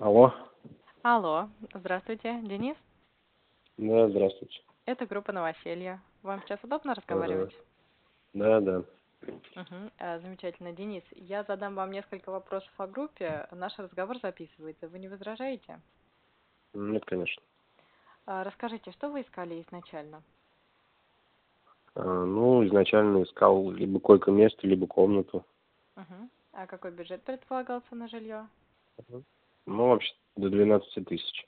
Алло. Алло, здравствуйте, Денис. Да, здравствуйте. Это группа «Новоселье». Вам сейчас удобно разговаривать? Да, да. Мгм, э, Замечательно. Денис, я задам вам несколько вопросов о группе. Наш разговор записывается. Вы не возражаете? Ну, Нет, конечно. А, Расскажите, что вы искали изначально? А, ну, изначально искал либо койко-место, либо комнату. Мгм. А какой бюджет предполагался на жилье? Ну, вообще до 12 тысяч.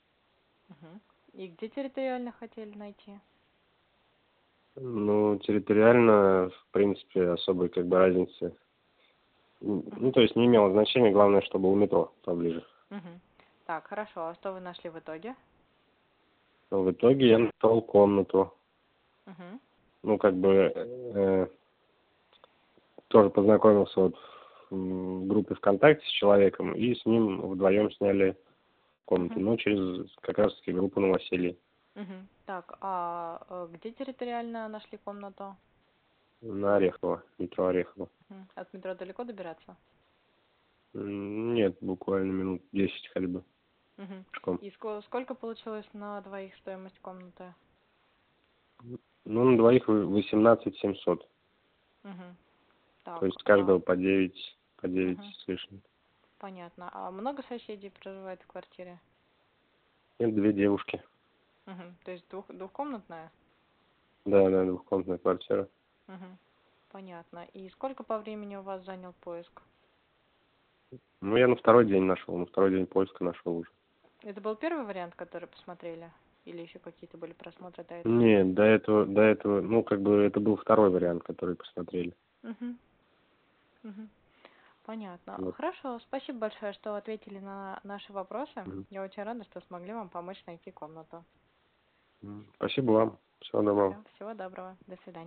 Мгм. И где территориально хотели найти? Ну, территориально, в принципе, особой как бы разницы. н- Ну, то есть не имело значения, главное, чтобы у метро поближе. Мгм. Так, хорошо. А что вы нашли в итоге? Но в итоге я нашел комнату. Мгм. Ну, как бы э, тоже познакомился вот в группе ВКонтакте с человеком и с ним вдвоем сняли комнату. Мгм. Ну, через как раз таки группу новоселье. Мгм. Так, а э, где территориально нашли комнату? На Орехово, метро Орехово. Мгм. От метро далеко добираться? М, Нет, буквально минут 10 ходьбы Мгм. пешком. И ско- сколько получилось на двоих стоимость комнаты? Ну, на двоих вы- 18 700. Мгм. Так, То есть с а, каждого по 9, по 9 Мгм. с лишним. понятно. А много соседей проживает в квартире? Нет, две девушки. Мгм. То есть двух, двухкомнатная? Да, да, двухкомнатная квартира. Мгм. Понятно. И сколько по времени у вас занял поиск? Ну, я на второй день нашел, на второй день поиска нашел уже. Это был первый вариант, который посмотрели? Или еще какие-то были просмотры до этого? Нет, до этого, до этого, ну, как бы это был второй вариант, который посмотрели. Мгм. Мгм. Понятно. Вот. Хорошо, спасибо большое, что ответили на наши вопросы. Мгм. Я очень рада, что смогли вам помочь найти комнату. М, Спасибо вам. Всего доброго. Всё, всего доброго. До свидания.